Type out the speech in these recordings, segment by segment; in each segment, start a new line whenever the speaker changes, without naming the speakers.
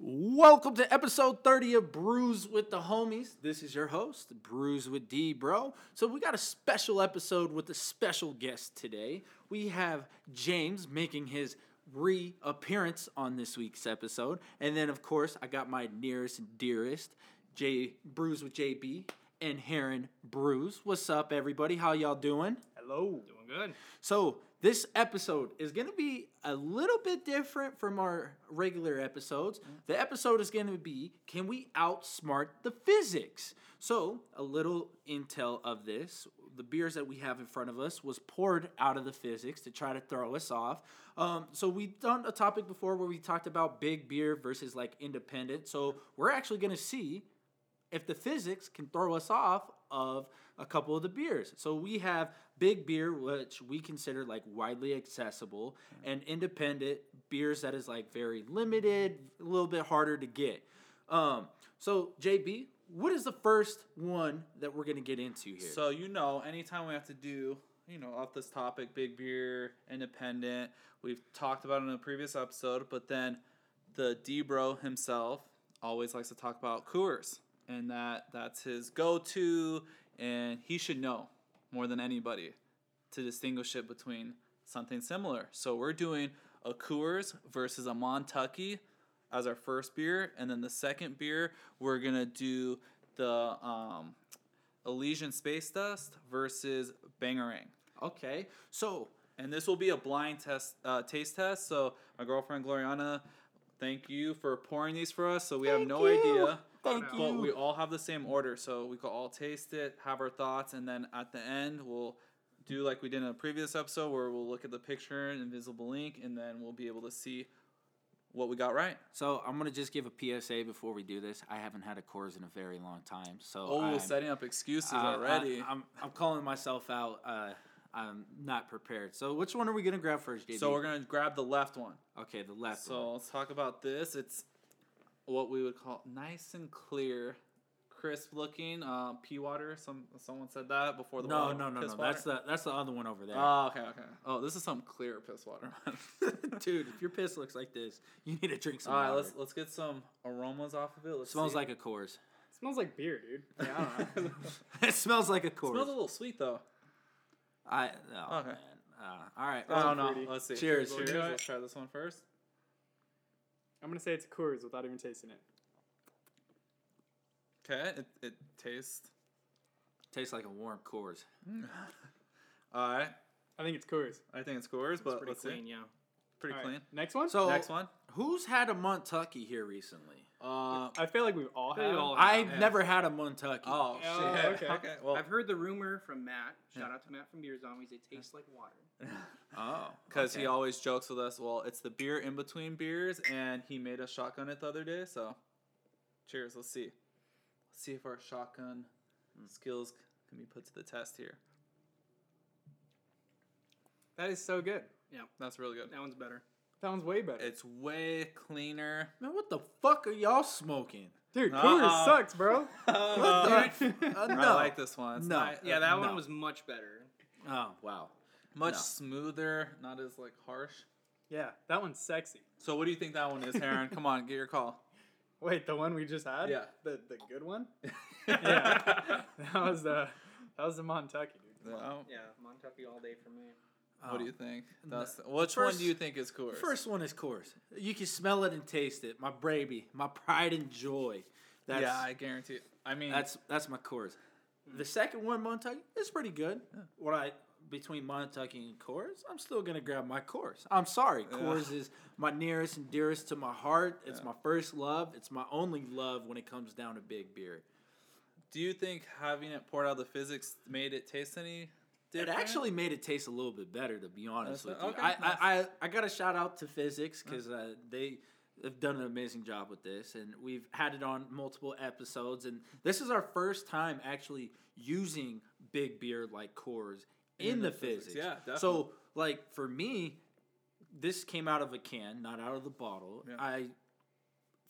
Welcome to episode 30 of Brews with the Homies. This is your host, Brews with D, bro. So, we got a special episode with a special guest today. We have James making his reappearance on this week's episode. And then, of course, I got my nearest and dearest, J Brews with JB and Heron Brews. What's up, everybody? How y'all doing?
Hello.
Doing good.
So this episode is going to be a little bit different from our regular episodes. The episode is going to be can we outsmart the physics? So, a little intel of this. The beers that we have in front of us was poured out of the physics to try to throw us off. Um, so we've done a topic before where we talked about big beer versus like independent. So we're actually going to see if the physics can throw us off of a couple of the beers. So we have big beer, which we consider like widely accessible, and independent beers that is like very limited, a little bit harder to get. Um, so JB, what is the first one that we're gonna get into here?
So you know, anytime we have to do, you know, off this topic, big beer, independent, we've talked about it in a previous episode, but then the D bro himself always likes to talk about Coors. And that that's his go to and he should know more than anybody to distinguish it between something similar. So we're doing a Coors versus a Montucky as our first beer, and then the second beer we're gonna do the um, Elysian Space Dust versus Bangerang,
okay, so
and this will be a blind test uh, taste test. So my girlfriend Gloriana, thank you for pouring these for us. So we have no idea.
thank
But
you.
we all have the same order, so we could all taste it, have our thoughts, and then at the end we'll do like we did in a previous episode, where we'll look at the picture and invisible ink, and then we'll be able to see what we got right.
So I'm gonna just give a PSA before we do this. I haven't had a Coors in a very long time, so
Oh,
I'm-
setting up excuses
Uh, I- I-
already.
I'm, I'm calling myself out. Uh, I'm not prepared. So which one are we gonna grab first, JB?
so we're gonna grab the left one.
Okay, the left
So
one.
let's talk about this. It's what we would call nice and clear, crisp looking. Uh, pea water. Some someone said that before the
No,
water-
no, no,
piss
no.
water.
That's the that's the other one over there.
Oh, okay, okay. Oh, this is some clear piss water.
Dude, if your piss looks like this, you need to drink some
All right,
water.
let's let's get some aromas off of it. Let's
smells
see.
like a Coors.
smells like beer, dude. Yeah, I don't know.
it smells like a
smells a
Coors.
little sweet though.
I oh,
Okay.
man. Uh, all right.
I
well,
don't know.
fruity.
Let's see.
Cheers,
Let's,
cheers.
let's try this one first.
I'm gonna say it's Coors without even tasting it.
Okay, it, it tastes.
tastes like a warm Coors.
All right,
I think it's Coors.
I think it scores, but
Pretty
let's
clean,
see.
yeah.
Pretty
All right,
clean.
Next one.
So
Next one.
who's had a Montucky here recently?
Uh,
I feel like we've all
They
had.
all-
I've
Oh, yeah.
never had a Montucky.
oh,
Oh,
shit.
okay.
okay. Well,
I've heard the rumor from Matt. Shout out to Matt from Beer Zombies. It tastes like water.
oh,
because
okay.
he always jokes with us. Well, it's the beer in between beers, and he made us shotgun it the other day. So, cheers. Let's see. Let's see if our shotgun
Hmm.
skills c- can be put to the test here.
That is so good.
That's really good.
That one's better.
That one's way better,
It's way cleaner.
man, what the fuck are y'all smoking?
dude. Coors
Uh-uh.
sucks, bro.
Uh,
Uh, no.
I like this one. It's
No.
ni-
Yeah,
uh,
that
no.
one was much better.
Oh wow.
much
No.
smoother, not as like harsh.
yeah, that one's sexy.
So what do you think that one is, Heron? Come on, get your call.
Wait, the one we just had.
Yeah.
The the good one. Yeah. that was the that was the Montucky, dude.
Well,
Yeah, Montucky all day for me.
What do you think? That's which one
Oh. First-
do you think is Coors?
First one is Coors. You can smell it and taste it. My baby, my pride and joy. That's,
yeah, I guarantee. It. I mean, mm.
that's that's my Coors. The second one, Montucky, is pretty good. What I between Montucky and Coors, I'm still gonna grab my Coors. I'm sorry, Coors is my nearest and dearest to my heart. It's my first love. It's my only love when it comes down to big beer.
do you think having it poured out of the physics made it taste any
It
different?
actually made it taste a little bit better, to be honest
That's-
with you.
okay,
I,
nice.
I, I, I got a shout out to Physics because uh, they have done an amazing job with this, and we've had it on multiple episodes. And this is our first time actually using Big Beer like cores in, the, physics.
Yeah,
So,
definitely.
like for me, this came out of a can, not out of the bottle.
Yeah.
I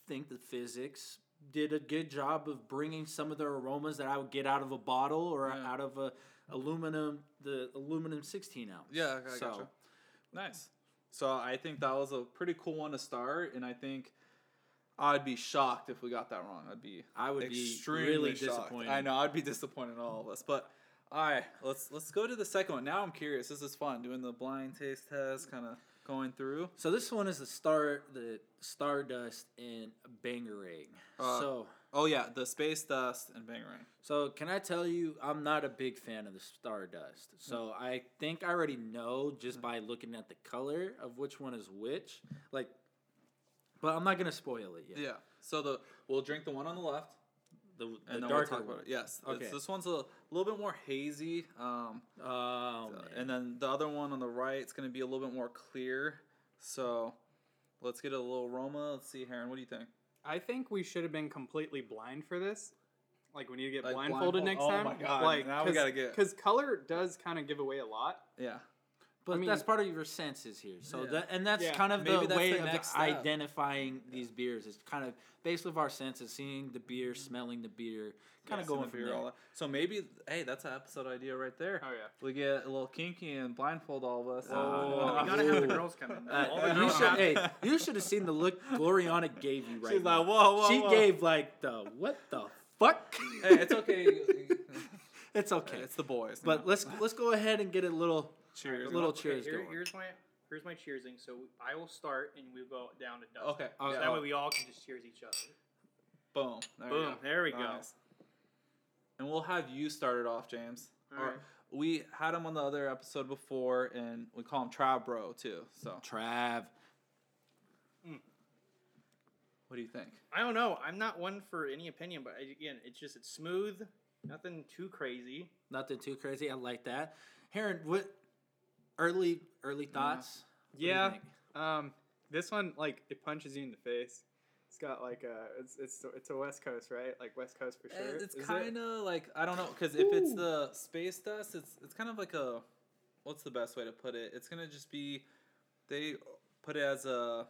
think the physics did a good job of bringing some of the aromas that I would get out of a bottle or
Yeah.
out of a aluminum the aluminum 16 ounce.
Yeah, okay, I
so
gotcha. Nice. So I think that was a pretty cool one to start, and I think I'd be shocked if we got that wrong. I'd be
I would be
extremely
really
shocked.
disappointed.
I know I'd be disappointed in all of us. But all right, let's let's go to the second one. Now I'm curious. This is fun doing the blind taste test, kind of going through.
So this one is the star, the Stardust and Bangarang.
Uh,
so,
Oh yeah, the space dust and bangarang.
so can I tell you, I'm not a big fan of the Stardust.
Hmm.
So I think I already know just by looking at the color of which one is which. Like, but I'm not gonna spoil it yet.
Yeah. So the we'll drink the one on the left,
The, the
and then we'll
darker
talk about
one.
it. Yes. it's-
Okay.
this one's a little bit more hazy. Um,
Oh,
Uh,
man.
and then the other one on the right, it's going to be a little bit more clear. So let's get a little aroma. Let's see, Heron, what do you think?
I think we should have been completely blind for this. Like we need to get
Like blindfold-
blindfolded next
oh
time.
my God,
Like
now we gotta get-
because color does kind of give away a lot.
Yeah.
but
I mean-
that's part of your senses here. So
Yeah.
that and that's
Yeah.
kind of
Maybe that's
the way
the
of
next step.
identifying these beers. It's kind of based off our senses, seeing the beer, smelling the beer, kind
Yeah,
of going
cinnamon
from
beer,
there.
all that. So maybe, hey, that's an episode idea right there.
Oh yeah.
We get a little kinky and blindfold all of us.
Oh.
we gotta have the
Ooh.
girls come in.
Uh,
All the
you
girls
should,
have-
hey, you should have seen the look Gloriana gave you right
She's
now.
like, whoa, whoa,
she
whoa.
gave like the what the fuck?
Hey, it's okay.
it's okay.
it's the boys. you
but
know.
let's let's go ahead and get a little
cheers.
little
Okay,
cheers
here-
going.
Here's my here's my cheersing. So I will start, and we'll go down to dust.
Okay.
Oh,
So
yeah.
that way we all can just cheers each other.
Boom. There we
Boom.
go.
There we go.
Nice. And we'll have you start it off, James.
All
Or-
right.
We had him on the other episode before, and we call him Trav Bro too. So,
Trav.
what do you think?
I don't know. I'm not one for any opinion, but I, again, it's just it's smooth, nothing too crazy.
Nothing too crazy. I like that. Heron, what early early thoughts? What do you
Yeah.
think?
Um, this one like it punches you in the face. It's got like a it's it's it's a West Coast right? Like West Coast for Uh, sure.
Uh, It's
Is it?
kind of like I don't know because if it's
Ooh.
the space dust, it's it's kind of like a what's the best way to put it? It's gonna just be they put it as a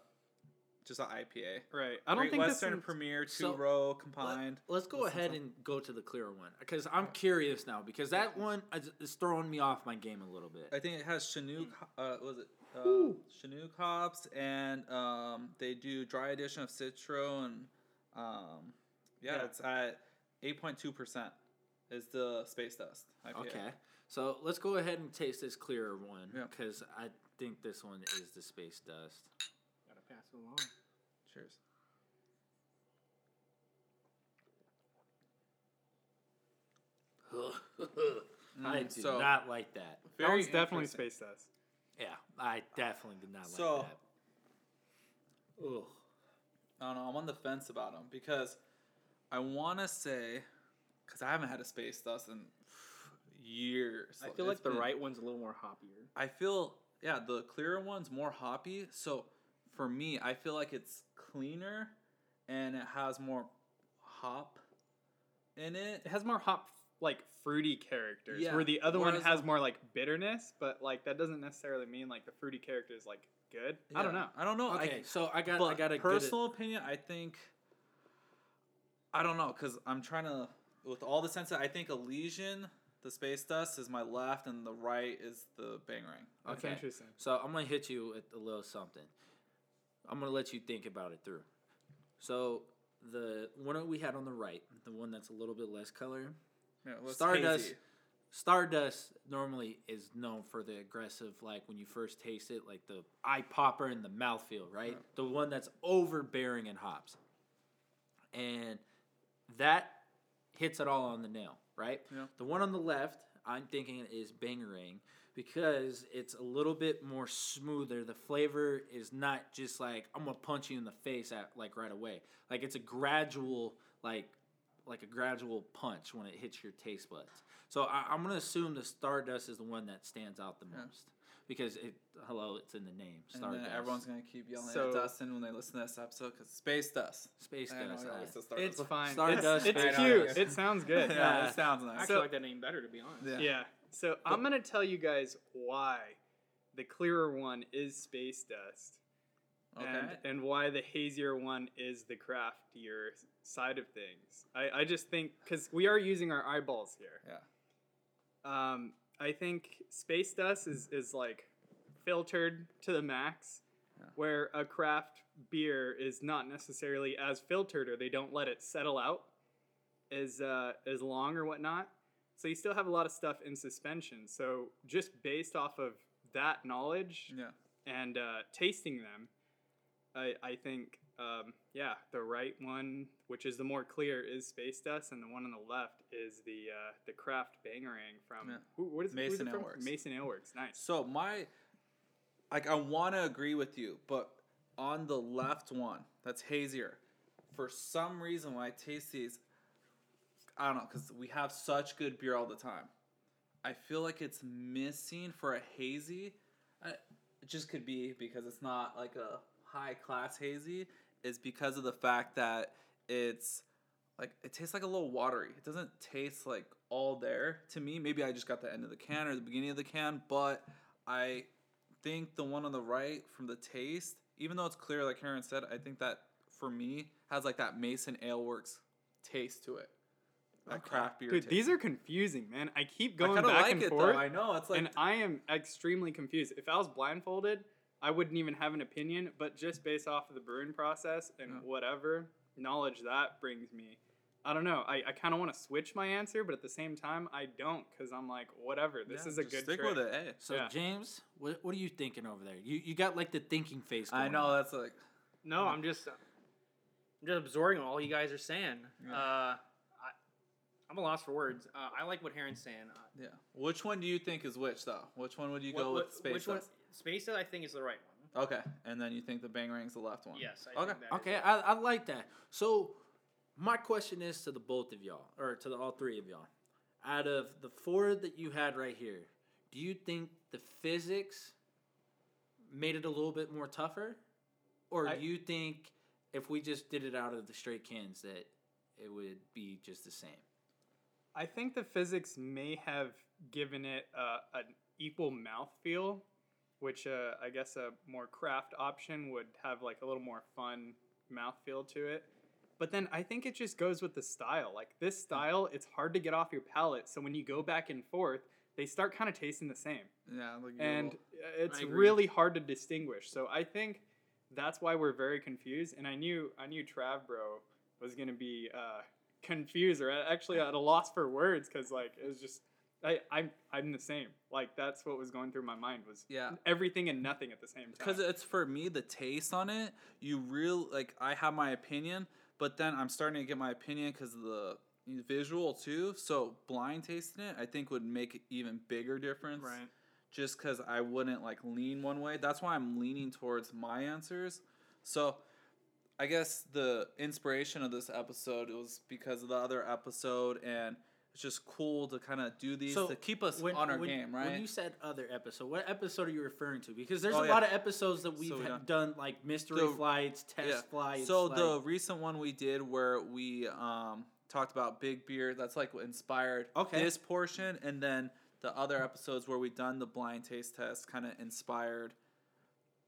just an IPA.
right. I don't
Great
think
Western
this one's-
Premier two
So,
row
Let-
combined.
Let's go ahead and go to the clear one because I'm curious now because that one is is throwing me off my game a little bit.
I think it has Chinook. Uh, was it uh,
Ooh.
Chinook hops? And um, they do dry addition of Citro and um, yeah,
Yeah.
it's at eight point two percent. Is the space dust? IPA.
Okay. So let's go ahead and taste this clearer one
Yeah.
because I think this one is the space dust.
Gotta pass it along.
Cheers.
I
Mm,
did
so-
not like that.
that one's definitely
interesting.
space dust.
Yeah, I definitely did not like
So-
that. Ugh.
I don't know. I'm on the fence about them because I want to say because I haven't had a space dust in years.
I feel
It's
like the
been-
right one's a little more hoppier.
I feel yeah, the clearer one's more hoppy. So for me, I feel like it's cleaner and it has more hop in it.
It has more hop like fruity characters,
Yeah,
where the other one
whereas
has
the-
more like bitterness, but like that doesn't necessarily mean like the fruity character is like good. I don't
Yeah,
know.
I don't know.
Okay,
I,
so I got
but
I got a
personal opinion. I think I don't know because I'm trying to with all the senses. I think Elysian, the space dust, is my left, and the right is the bangarang.
Good,
That's
okay,
interesting.
so I'm gonna hit you with a little something. I'm gonna let you think about it through. So the one that we had on the right, the one that's a little bit less color,
Yeah, well, it's
Stardust.
hazy.
Stardust normally is known for the aggressive, like when you first taste it, like the eye popper and the mouthfeel, right? The one that's overbearing in hops. And that hits it all on the nail, right?
Yeah.
The one on the left, I'm thinking is Bangarang because it's a little bit more smoother. The flavor is not just like I'm gonna punch you in the face at like right away. Like it's a gradual like like a gradual punch when it hits your taste buds. So I, I'm gonna assume the Stardust is the one that stands out the most because it hello it's in the name
And
Stardust.
then everyone's gonna keep yelling
So-
at Dustin when they listen to this episode because space dust.
space
I know,
dust.
I
uh,
always said Stardust.
It's fine.
Stardust
it's
Space
it's
I know,
cute.
yeah.
It sounds good.
yeah,
Yeah.
that sounds
I
nice.
actually
So-
like that name better, to be honest.
Yeah.
Yeah. So I'm gonna tell you guys why the clearer one is space dust,
okay.
and and why the hazier one is the craftier side of things. I I just think because we are using our eyeballs here.
Yeah.
Um, I think space dust is is like filtered to the max, where a craft beer is not necessarily as filtered or they don't let it settle out as uh, as long or whatnot. So you still have a lot of stuff in suspension. So just based off of that knowledge
Yeah.
and uh, tasting them, I I think um, yeah the right one, which is the more clear, is Space Dust, and the one on the left is the uh, the craft Bangerang from
Yeah.
who, what is who's
Mason
it from?
Aleworks.
Mason Aleworks. Nice.
So my, like, I want to agree with you, but on the left one, that's hazier. For some reason, when I taste these, I don't know, because we have such good beer all the time. I feel like it's missing for a hazy. I, it just could be because it's not like a high class hazy. Is because of the fact that it's like it tastes like a little watery. It doesn't taste like all there to me. Maybe I just got the end of the can or the beginning of the can, but I think the one on the right from the taste, even though it's clear, like Karen said, I think that for me has like that Mason Ale Works taste to it. That craft beer.
Dude,
taste.
these are confusing, man. I keep
I
going
kinda
back
like
and
it
forth,
though. I know it's like
and I am extremely confused. If I was blindfolded, I wouldn't even have an opinion. But just based off of the brewing process and
Yeah.
whatever knowledge that brings me, I don't know. I, I kind of want to switch my answer, but at the same time, I don't because I'm like, whatever. This
Yeah,
is a
just
good
stick
trick.
with it. eh. Hey.
So
Yeah.
James, what, what are you thinking over there? You you got like the thinking face. Going
I know
on.
that's like
No, I'm just I'm just absorbing what all you guys are saying.
Yeah.
Uh, I, I'm a loss for words. Uh, I like what Heron's saying. Uh,
yeah. Which one do you think is which though? Which one would you
what-
go
what-
with space?
Which one?
Dust?
Space Dust, I think is the right one.
Okay, and then you think the bang rang's the left one?
Yes. I
Okay.
Think that is
Okay,
it.
I, I like that. So my question is to the both of y'all, or to the all three of y'all. Out of the four that you had right here, do you think the physics made it a little bit more tougher, or
I-
do you think if we just did it out of the straight cans that it would be just the same?
I think the physics may have given it uh, an equal mouthfeel, which uh, I guess a more craft option would have like a little more fun mouthfeel to it. But then I think it just goes with the style. Like this style, it's hard to get off your palate. So when you go back and forth, they start kind of tasting the same
Yeah. Like
and uh,
Google.
it's
agree.
really hard to distinguish. So I think that's why we're very confused. And I knew I knew Trav bro was gonna be uh, confused or a- actually at a loss for words because like it was just I I'm I'm the same. Like that's what was going through my mind was
yeah.
everything and nothing at the same time.
because it's for me the taste on it you real like i have my opinion but then i'm starting to get my opinion because of the visual too so blind tasting it i think would make an even bigger difference
Right.
just because i wouldn't like lean one way that's why i'm leaning towards my answers so i guess the inspiration of this episode was because of the other episode and it's just cool to kind of do these
So,
to keep us on our game right
When you said other episode, what episode are you referring to? Because there's
Oh,
a
yeah.
lot of episodes that we've
we
ha-
don't-
done like mystery
The-
flights, test
Yeah.
flights.
So
like-
the recent one we did where we um, talked about big beer. That's like what inspired
Okay.
this portion, and then the other episodes where we done the blind taste test kind of inspired,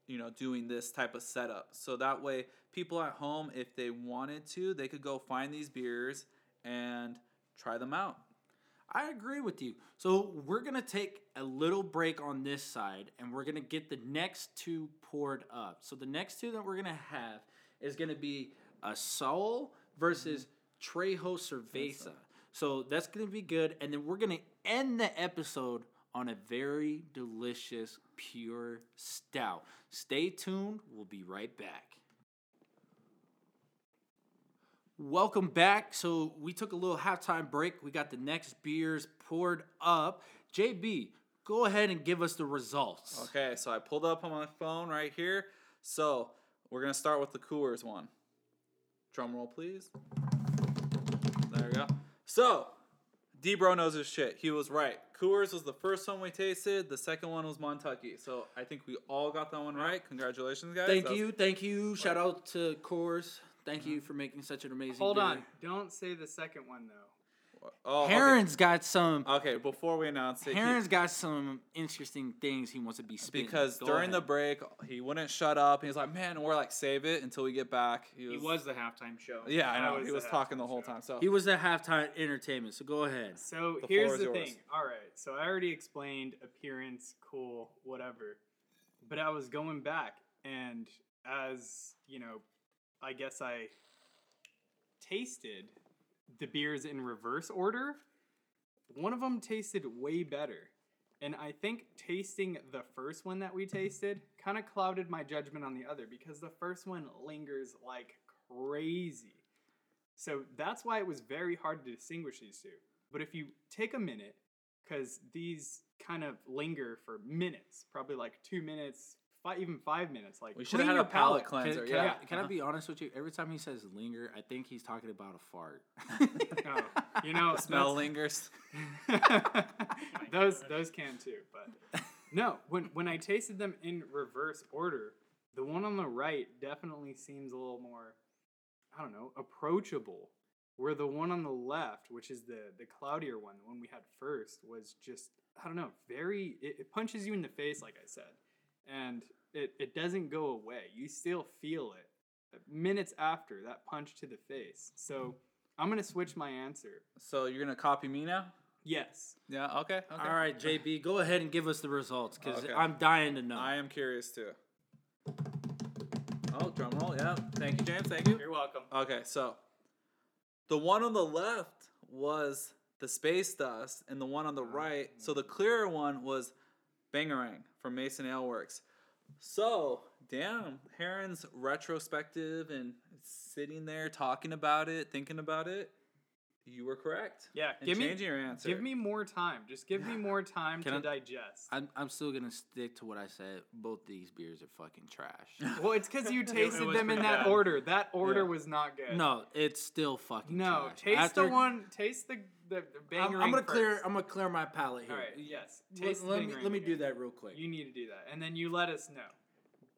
you know, doing this type of setup. So that way, people at home, if they wanted to, they could go find these beers and try them out.
I agree with you. So we're gonna take a little break on this side, and we're gonna get the next two poured up. So the next two that we're gonna have is gonna be a Sol versus Trejo Cerveza. So that's gonna be good, and then we're gonna end the episode on a very delicious pure stout. Stay tuned. We'll be right back. Welcome back. So we took a little halftime break. We got the next beers poured up. JB, go ahead and give us the results.
Okay, so I pulled up on my phone right here. So we're gonna start with the Coors one. Drum roll, please. There we go. So Debro knows his shit. He was right. Coors was the first one we tasted. The second one was Montucky. So I think we all got that one right. Congratulations, guys.
Thank
That was-
you, thank you. Shout out to Coors. Thank you for making such an amazing.
Hold
beer.
on, don't say the second one though.
Oh, okay.
Heron's got some.
Okay, before we announce it, he-
Heron's got some interesting things he wants to be spinning.
because
Go
during the
ahead.
break he wouldn't shut up. He was like, "Man," and we're like, "Save it until we get back."
He was the halftime show.
Yeah, I
I
know.
was
He
the
was talking the
halftime
whole
show.
time. So
he was the halftime entertainment. So go ahead.
So
The floor
here's
is
the
yours.
thing. All right, so I already explained appearance, cool, whatever. But I was going back and as you know, I guess I tasted the beers in reverse order. One of them tasted way better. And I think tasting the first one that we
Mm-hmm.
tasted kind of clouded my judgment on the other because the first one lingers like crazy. So that's why it was very hard to distinguish these two. But if you take a minute, because these kind of linger for minutes, probably like two minutes, five, even five minutes. Like
We
clean
should have had
your
a palate
palate.
cleanser.
Can,
yeah. Uh-huh.
I, can I be honest with you? Every time he says linger, I think he's talking about a fart.
No, you know,
Smell
that's-
lingers.
those those can too, but no. When when I tasted them in reverse order, the one on the right definitely seems a little more, I don't know, approachable. Where the one on the left, which is the the cloudier one, the one we had first, was just I don't know, very. It, it punches you in the face, like I said, and it it doesn't go away. You still feel it minutes after that punch to the face. So I'm gonna switch my answer.
So you're gonna copy me now?
Yes.
Yeah. Okay. okay.
All right, JB, go ahead and give us the results because
Okay.
I'm dying to know.
I am curious too. Oh, drum roll. Yeah. Thank you, James. Thank you.
You're welcome.
Okay, so the one on the left was the space dust, and the one on the right, so the clearer one was Bangarang from Mason Ale Works. So, damn, Heron's retrospective and sitting there talking about it, thinking about it. You were correct.
Yeah,
and
give me-
changing your answer.
Give me more time. Just give me more time
Can
to
I-
digest.
I'm, I'm still gonna stick to what I said. Both these beers are fucking trash.
well, it's because you tasted
was
them in
pretty
that
bad.
order. That order
Yeah.
was not good.
no, it's still fucking
no.
trash.
Taste
After-
the one. Taste the the, the
I'm,
banger.
I'm gonna clear. I'm gonna clear my palate here.
All right. Yes.
Let-
Taste the
let, me
Bangarang
let me do
again.
that real quick.
You need to do that, and then you let us know.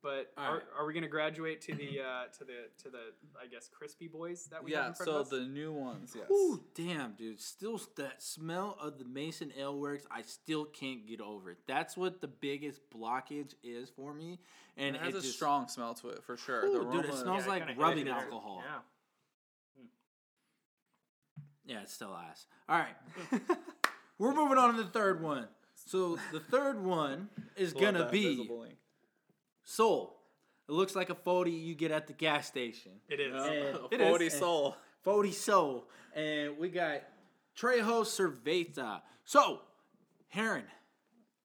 But
All
are,
right.
are we gonna graduate to the uh, to the to the I guess crispy boys that we have
yeah,
in front of
so
us?
the new ones, yes.
Ooh, damn, dude. Still, s- that smell of the Mason Ale Works, I still can't get over it. That's what the biggest blockage is for me. And
It has a
just,
strong smell to it for sure.
Ooh,
the
dude, it
aroma-
smells
I
like
kinda
rubbing
hated it.
alcohol.
Yeah.
Yeah, it's still ass. All right. We're moving on to the third one. So, the third one is
Love
going to
that
be
visible ink.
Soul. It looks like a 40 you get at the gas station.
it is.
Yeah.
It is.
40 soul.
40 Soul. And we got Trejo Cerveza. So, Heron,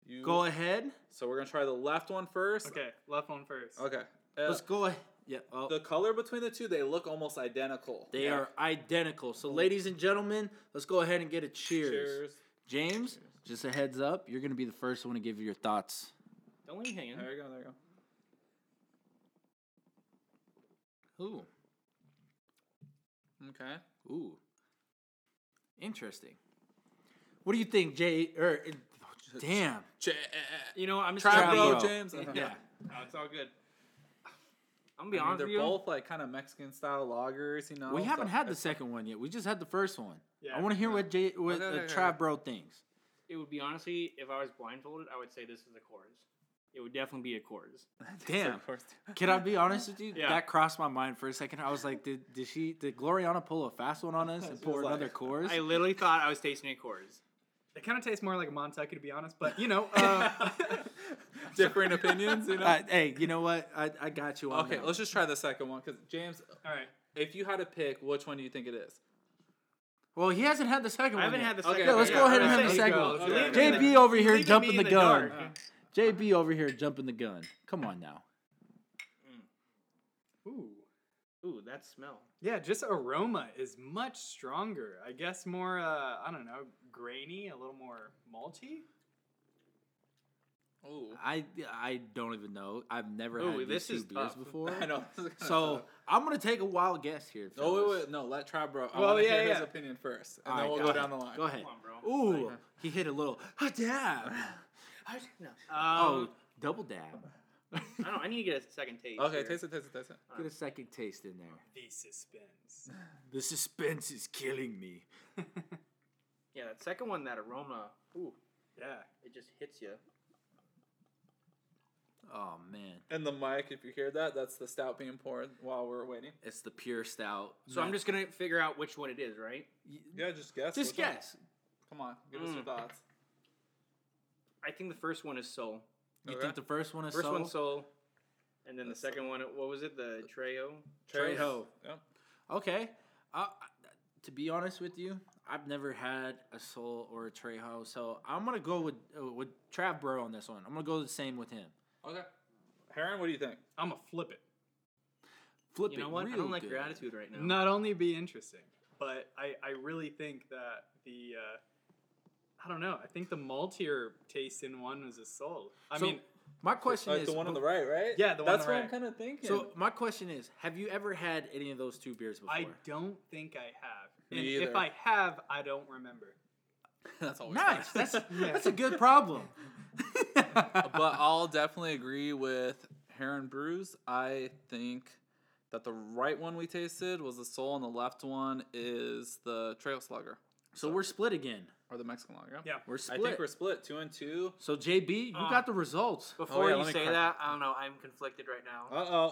You-
go ahead.
So we're gonna try the left one first.
Okay, left one first.
Okay. Uh,
Let's go ahead. Yeah. Oh.
the color between the two, they look almost identical.
They are identical. So, ladies and gentlemen, let's go ahead and get a cheers.
Cheers.
James, just a heads up, you're going to be the first one to give your thoughts.
Don't leave me hanging.
There you go. There you go.
Ooh,
Okay.
ooh, interesting. What do you think, Jay? Or uh, damn,
You know, I'm just
Try
gonna
Trap
Trap
be,
bro.
bro, James.
yeah.
No, it's all good.
I
I'm gonna be
mean,
honest
they're
with you.
both like kind of Mexican style lagers, you know.
We
so-
haven't had the second one yet. We just had the first one.
Yeah.
I want to hear what Jay, what
Okay,
uh,
okay, okay.
Trav Bro thinks.
It would be honestly, if I was blindfolded, I would say this is a chords. It would definitely be a chords.
Damn.
Of course.
Can I be honest with you?
Yeah.
That crossed my mind for a second. I was like, did did she did Gloriana pull a fast one on us and pour
was like-
another chorus?
I literally thought I was tasting a chords.
It kind of tastes more like a Montucky, to be honest. But you know, uh,
Different opinions, you know.
Uh, hey, you know what? I, I got you on
okay,
that.
let's just try the second one because James,
all right.
if you had to pick, which one do you think it is?
Well, he hasn't had the second one.
I haven't
yet.
had the
Okay,
second.
Yeah,
one
let's
yet.
go ahead and
Yeah,
have the
let's
second
go,
one.
let's
go.
JB over here
Leaving me
jumping
in
the,
the
gun.
dark.
JB over here jumping the gun. Come on now.
Ooh.
Ooh, that smell.
Yeah, just aroma is much stronger. I guess more, uh, I don't know, grainy, a little more malty.
Ooh.
I I don't even know. I've never
Ooh,
had
this
these two
is
beers
tough.
before.
I know. this is kinda
So
tough.
I'm gonna take a wild guess here.
Oh wait,
fellas.
wait, no. Let Trap Bro. I
Well,
want to
yeah,
hear his
yeah.
opinion first, and
All
then
right,
we'll
go
go
ahead.
down the line.
Go ahead.
Come on, bro.
Ooh, he hit a little ha dab.
No.
oh,
Um,
double dab.
I don't. I need to get a second taste.
Okay,
here. Uh,
taste it, taste it, taste it.
Get a second taste in there.
The suspense.
The suspense is killing me.
Yeah, that second one, that aroma. Ooh,
Yeah.
it just hits you.
Oh man,
And the mic, if you hear that, that's the stout being poured while we're waiting.
it's the pure stout.
So I'm just gonna figure out which one it is, right?
Yeah, just guess.
just
Which one?
guess.
Come on, give us your
Mm.
thoughts.
I think the first one is soul.
You
Okay.
think the first one is
First
so?
one's soul. And then the second one, what was it? The Treo.
Trey Ho.
Yep.
Okay. Uh, to be honest with you, I've never had a Soul or a Trejo, so I'm gonna go with uh, with Trav Bro on this one. I'm gonna go the same with him.
Okay. Heron, what do you think?
I'm gonna flip it.
Flip
You know
it
what? I
real
don't like your
good.
attitude right now.
Not only be interesting, but I, I really think that the uh, I don't know. I think the maltier taste in one was a soul. I
So,
mean,
My question
Like
is
the one on
bef-
the right, right?
Yeah, the one on
That's
the
what I'm
right.
kind of thinking.
So my question is, have you ever had any of those two beers before?
I don't think I have.
Me
and if
either.
I have, I don't remember.
that's always
Nice.
fun.
That's that's a good problem. uh,
but I'll definitely agree with Heron Brews. I think that the right one we tasted was the Soul, and the left one is the Trail Slugger
so we're split again.
or the Mexican Lager.
Yeah.
We're
I
split.
think we're split two and two.
so JB, you
Ah.
got the results.
Before
Oh, yeah, let
you
me
say
crack-
that, I don't know. I'm conflicted right now.
Uh oh. Uh oh.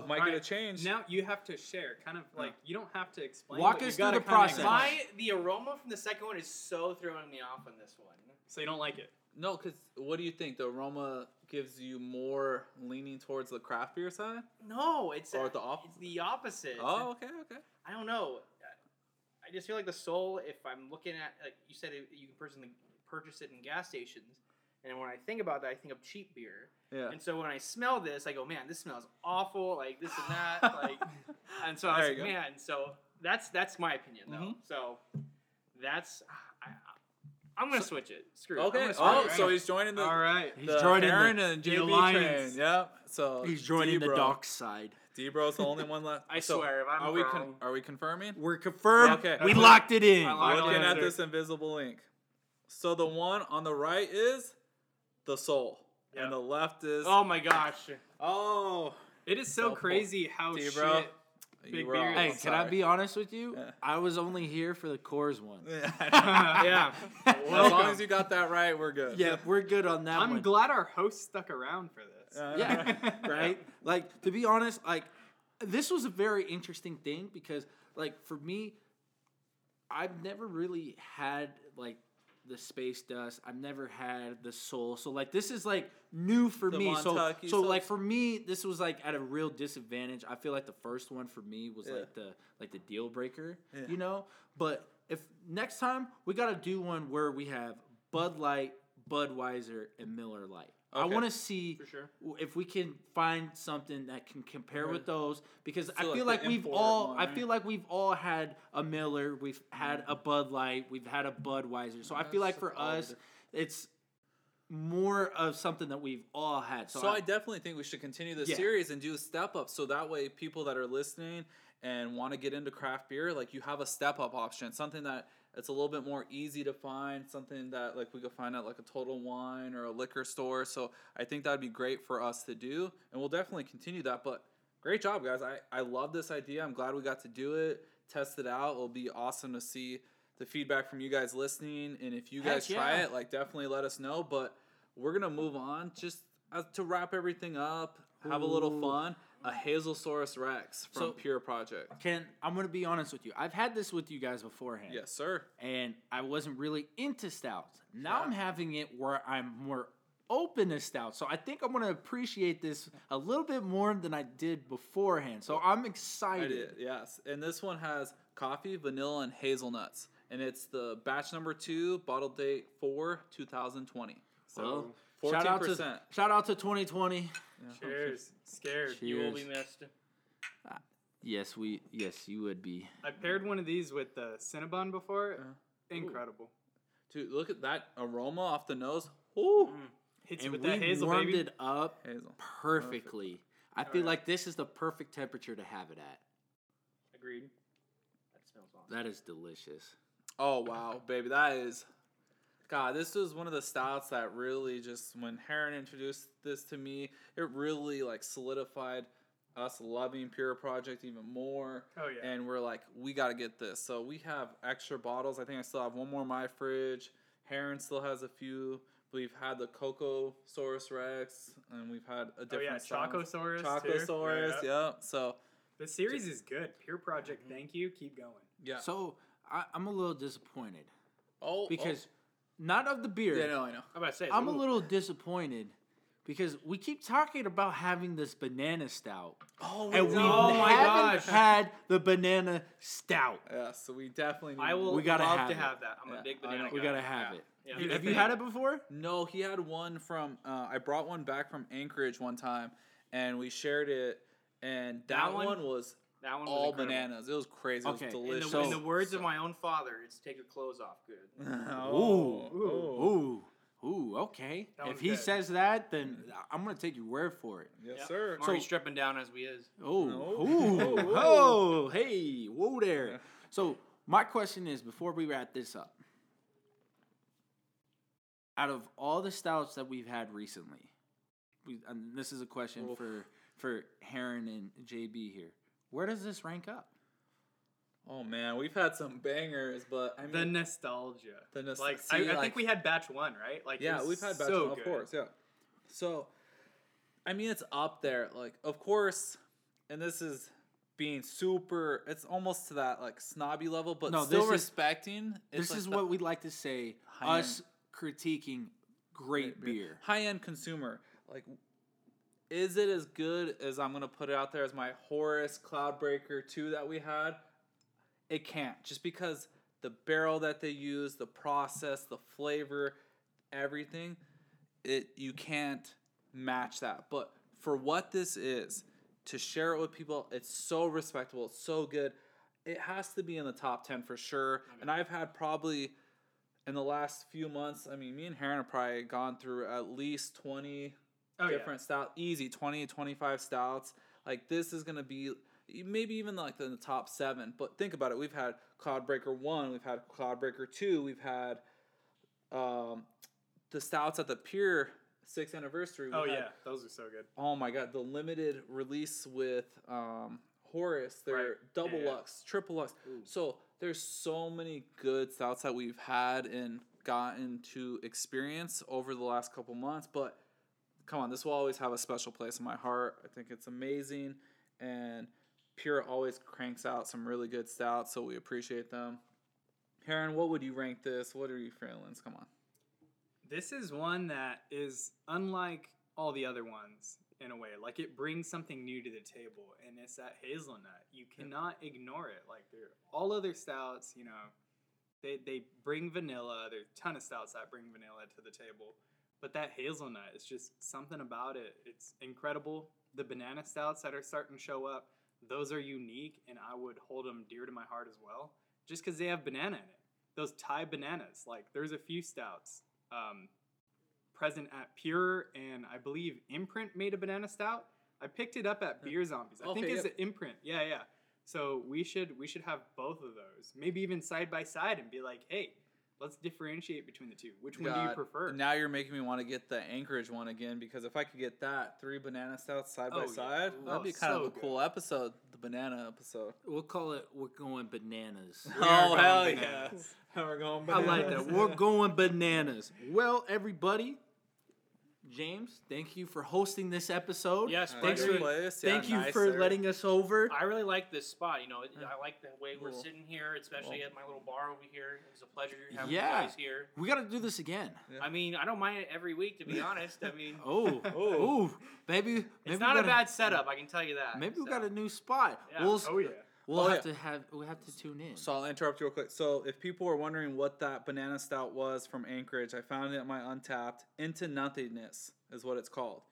Uh-oh.
Might
Alright,
get a change.
Now you have to share, kind of like you don't have to explain.
Oh. Walk
but you
us through
gotta
the
kinda
process.
explain.
My the aroma from the second one is so throwing me off on this one.
So you don't like it?
No, because what do you think? The aroma gives you more leaning towards the craft beer side?
No, it's
Or Oh, the op-
it's the opposite.
Oh, okay, okay.
I don't know. I just feel like the soul. If I'm looking at, like you said, it- you can purchase it- purchase it in gas stations, and when I think about that, I think of cheap beer.
Yeah.
And so when I smell this, I go, "Man, this smells awful!" Like this and that. Like, and so I
There
was
you
like,
go.
"Man." So that's that's my opinion though.
Mhm.
So that's I, I, am gonna switch it. Screw it.
Okay.
I'm gonna
Oh,
switch it.
so he's joining the.
All right.
He's
the
joining the-
Heron and
the
JB
alliance.
train. Yep. So
He's joining the
D-Bro.
dark side.
D-Bro's the only one left.
I
So,
swear, if I'm
Are we
wrong,
con- are we confirming?
We're confirmed.
Okay.
We
Okay.
locked it in.
I locked-
Looking
Lionel
at
Lizard.
this invisible link. So the one on the right is the soul,
Yeah.
and the left is
oh my gosh,
oh.
It is
So
so
full.
crazy how
D,
Oh, shit.
bro.
Big beer.
Hey,
I'm
can I be honest with you?
Yeah.
I was only here for the cores one.
yeah.
as long
Welcome.
as you got that right, we're good.
Yeah, we're good on that
I'm
one.
glad our host stuck around for this.
Uh,
yeah, right. Like to be honest, like this was a very interesting thing because, like, for me, I've never really had like the space dust. I've never had the soul. So like this is like new for
The
me. So
Montucky
so
sauce.
like for me, this was like at a real disadvantage. I feel like the first one for me was
Yeah.
like the like the deal breaker.
Yeah.
You know, but if next time we got to do one where we have Bud Light, Budweiser, and Miller Light. I
Okay.
want to see
For sure.
w- if we can find something that can compare with those because I
So,
feel
like,
like,
the
we've
import
all
one,
I
right? Mm-hmm.
feel like we've all had a Miller, we've had a Bud Light, we've had a Budweiser. So I feel like
That's
for
all the
us it's more of something that we've all had. So,
So
I,
I definitely think we should continue this
Yeah.
series and do a step up, so that way people that are listening and want to get into craft beer, like you have a step up option, something that it's a little bit more easy to find, something that like we could find at like a Total Wine or a liquor store. So I think that'd be great for us to do, and we'll definitely continue that. But great job, guys! I I love this idea. I'm glad we got to do it, test it out. It'll be awesome to see the feedback from you guys listening, and if you
Heck
guys try
yeah.
it, like definitely let us know. But we're gonna move on just uh, to wrap everything up have a little
Ooh.
fun a hazelsaurus rex from
So-
pure project
can I'm going to be honest with you. I've had this with you guys beforehand.
yes sir
and I wasn't really into stouts. Now I'm
Yeah.
having it where I'm more open to stouts. So I think I'm going to appreciate this a little bit more than I did beforehand. So I'm
i
excited.
did yes and this one has coffee vanilla and hazelnuts and it's the batch number two bottle date four 2020 so
Well,
14%
Shout out to shout out to 2020.
Cheers. Scared.
You will be
Cheers.
missed.
Yes, we yes, you would be.
I paired one of these with the Cinnabon before.
Uh-huh.
Incredible.
dude look at that aroma off the nose Ooh.
Hits you
And
with
we
that hazel
warmed
baby.
it up
hazel
perfectly. I feel like this is the perfect temperature to have it at.
Agreed. That smells awesome.
That is delicious.
Oh wow, baby, that is God, this was one of the stouts that really just when Heron introduced this to me, it really like solidified us loving Pure Project even more.
Oh, yeah.
And we're like, we gotta get this. So we have extra bottles. I think I still have one more in my fridge. Heron still has a few. We've had the Coco Saurus Rex and we've had a
Oh yeah,
different size.
Chocosaurus. too.
Chocosaurus, Mm-hmm.
Yeah.
yep. So
The series is good. Pure Project. Thank you. Keep going.
yeah.
So I, I'm a little disappointed
oh oh.
because not of the beer.
Yeah, no, I know.
I'm about to say,
I'm a
ooh,
little disappointed because we keep talking about having this banana stout,
Oh,
and we
Oh my
haven't
gosh.
had the banana stout.
Yeah, so we definitely. Need
I will
We gotta
love
have
to
it.
have that. I'm
Yeah,
a big
I
banana
know.
guy.
We gotta have
Yeah.
it.
Yeah.
Dude,
Here's
have
the
you had
thing.
it before?
No, he had one from. Uh, I brought one back from Anchorage one time, and we shared it. And that,
That one
one, was
That one was
all
incredible.
bananas. It was crazy. It was
Okay, and the-
In the,
delicious.
So-
in the words of my own father, it's take your clothes off good.
Oh,
Ooh.
oh.
Ooh, ooh, okay.
That
If
was
he
good.
says that, then I'm gonna take your word for it.
Yes,
Yep.
sir.
I'm already stripping down as we is.
Oh,
No.
ooh,
Whoa,
oh, hey, whoa there.
Yeah.
So my question is, before we wrap this up, out of all the stouts that we've had recently, we, and this is a question
Oof.
for for Heron and JB here. Where does this rank up?
oh man, we've had some bangers, but I mean,
The nostalgia.
The nos-
Like
see,
I, I
like-
think we had batch one, right? Like it
yeah,
was
we've had
so
Bachelor,
good.
of course, yeah. So, I mean, it's up there. Like, of course, and this is being super. It's almost to that like snobby level, but
No,
still
this is-
respecting. It's
this
like
is
the
what we like to say:
high-end-
us critiquing great beer.
High end consumer. Like, is it as good as I'm going to put it out there as my Horus Cloudbreaker 2 that we had? It can't. Just because the barrel that they use, the process, the flavor, everything, it you can't match that. But for what this is, to share it with people, it's so respectable, it's so good. It has to be in the top 10 for sure. And I've had probably in the last few months, I mean, me and Heron have probably gone through at least 20
Oh, yeah.
different stout, easy 20 to 25 stouts. Like this is going to be maybe even like in the top seven. But think about it. We've had Cloudbreaker 1, we've had Cloudbreaker 2, we've had um, the stouts at the Pier 6th anniversary. We
Oh
had-
yeah, those are so good.
Oh my God, the limited release with um, Horus, their
Right.
double
Yeah, yeah.
lux, triple lux.
Ooh.
So there's so many good stouts that we've had and gotten to experience over the last couple months. But come on, this will always have a special place in my heart. I think it's amazing, and Pure always cranks out some really good stouts, so we appreciate them. Heron, what would you rank this? What are you feeling? Come on.
This is one that is unlike all the other ones in a way. Like it brings something new to the table, and it's that hazelnut. You cannot ignore it. Like they're all other stouts, you know, they they bring vanilla. There's a ton of stouts that bring vanilla to the table, but that hazelnut is just something about it. It's incredible. The banana stouts that are starting to show up, those are unique, and I would hold them dear to my heart as well, just because they have banana in it. Those Thai bananas, like there's a few stouts um, present at Pure, and I believe Imprint made a banana stout. I picked it up at Beer Zombies. I think
Okay,
it's
yep.
an Imprint. Yeah, yeah. So we should we should have both of those, maybe even side by side, and be like, hey, let's differentiate between the two. Which one do you
God,
prefer?
Now you're making me want to get the Anchorage one again because if I could get that three banana stouts side
Oh,
by
yeah.
side,
Ooh.
that'd be
Oh,
kind of
so
a cool episode, the banana episode.
We'll call it. We're going bananas.
We are going
yes!
bananas.
We're going
I
bananas.
like that. We're going bananas. Well, everybody, James, thank you for hosting this episode.
Yes,
Uh,
thanks for
your
pleasure.
place. Yeah,
thank you
nice
for
there.
letting us over.
I really like this spot. You know, it- I like the way we're
Cool.
sitting here, especially
Cool.
at my little bar over here. It was a pleasure having
Yeah.
you guys here.
We got to do this again.
Yeah.
I mean, I don't mind it every week, to be honest. I mean,
Oh, oh, maybe, maybe we
it's not
got
a bad setup, I can tell you that.
Maybe we
so.
got a new spot.
Yeah.
We'll s-
Oh yeah.
we'll
Oh,
have
yeah.
to have we have to tune in.
So I'll interrupt you real quick. So if people are wondering what that banana stout was from Anchorage, I found it at my Untapped. Into Nothingness is what it's called.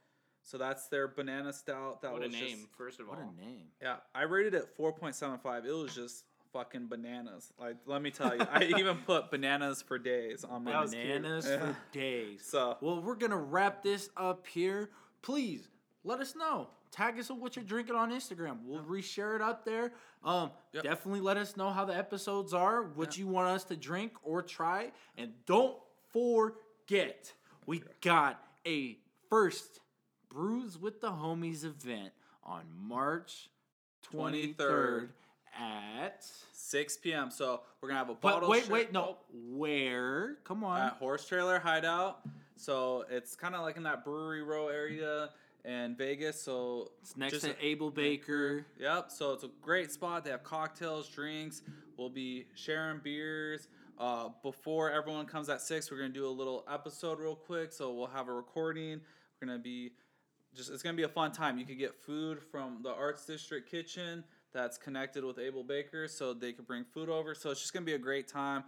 So that's their banana stout. That
What a
was
name,
Just,
first of all.
what a name!
Yeah, I rated it four point seven five. It was just fucking bananas. Like, let me tell you, I even put bananas for days on my.
That was cute.
Bananas for days.
So-
well, we're gonna wrap this up here. Please let us know. Tag us on what you're drinking on Instagram. We'll reshare it up there. Um,
Yep.
definitely let us know how the episodes are, what you want us to drink or try, and don't forget we got a first brews with the homies event on March 23rd,
23rd.
at.
Six p.m. So we're gonna have a bottle.
But wait,
shir-
wait, no. Where? Come on.
At Horse Trailer Hideout. So it's kind of like in that brewery row area in Vegas. So
It's next
just
to
a-
Abel Baker.
Yep. So it's a great spot. They have cocktails, drinks. We'll be sharing beers. Uh, before everyone comes at six, we're gonna do a little episode real quick. So we'll have a recording. We're gonna be just it's gonna be a fun time. You could get food from the Arts District Kitchen that's connected with Abel Baker, so they could bring food over. So it's just gonna be a great time.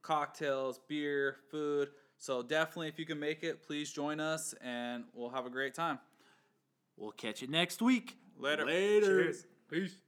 Cocktails, beer, food. So definitely, if you can make it, please join us, and we'll have a great time.
We'll catch you next week.
Later.
Later.
Cheers. Peace.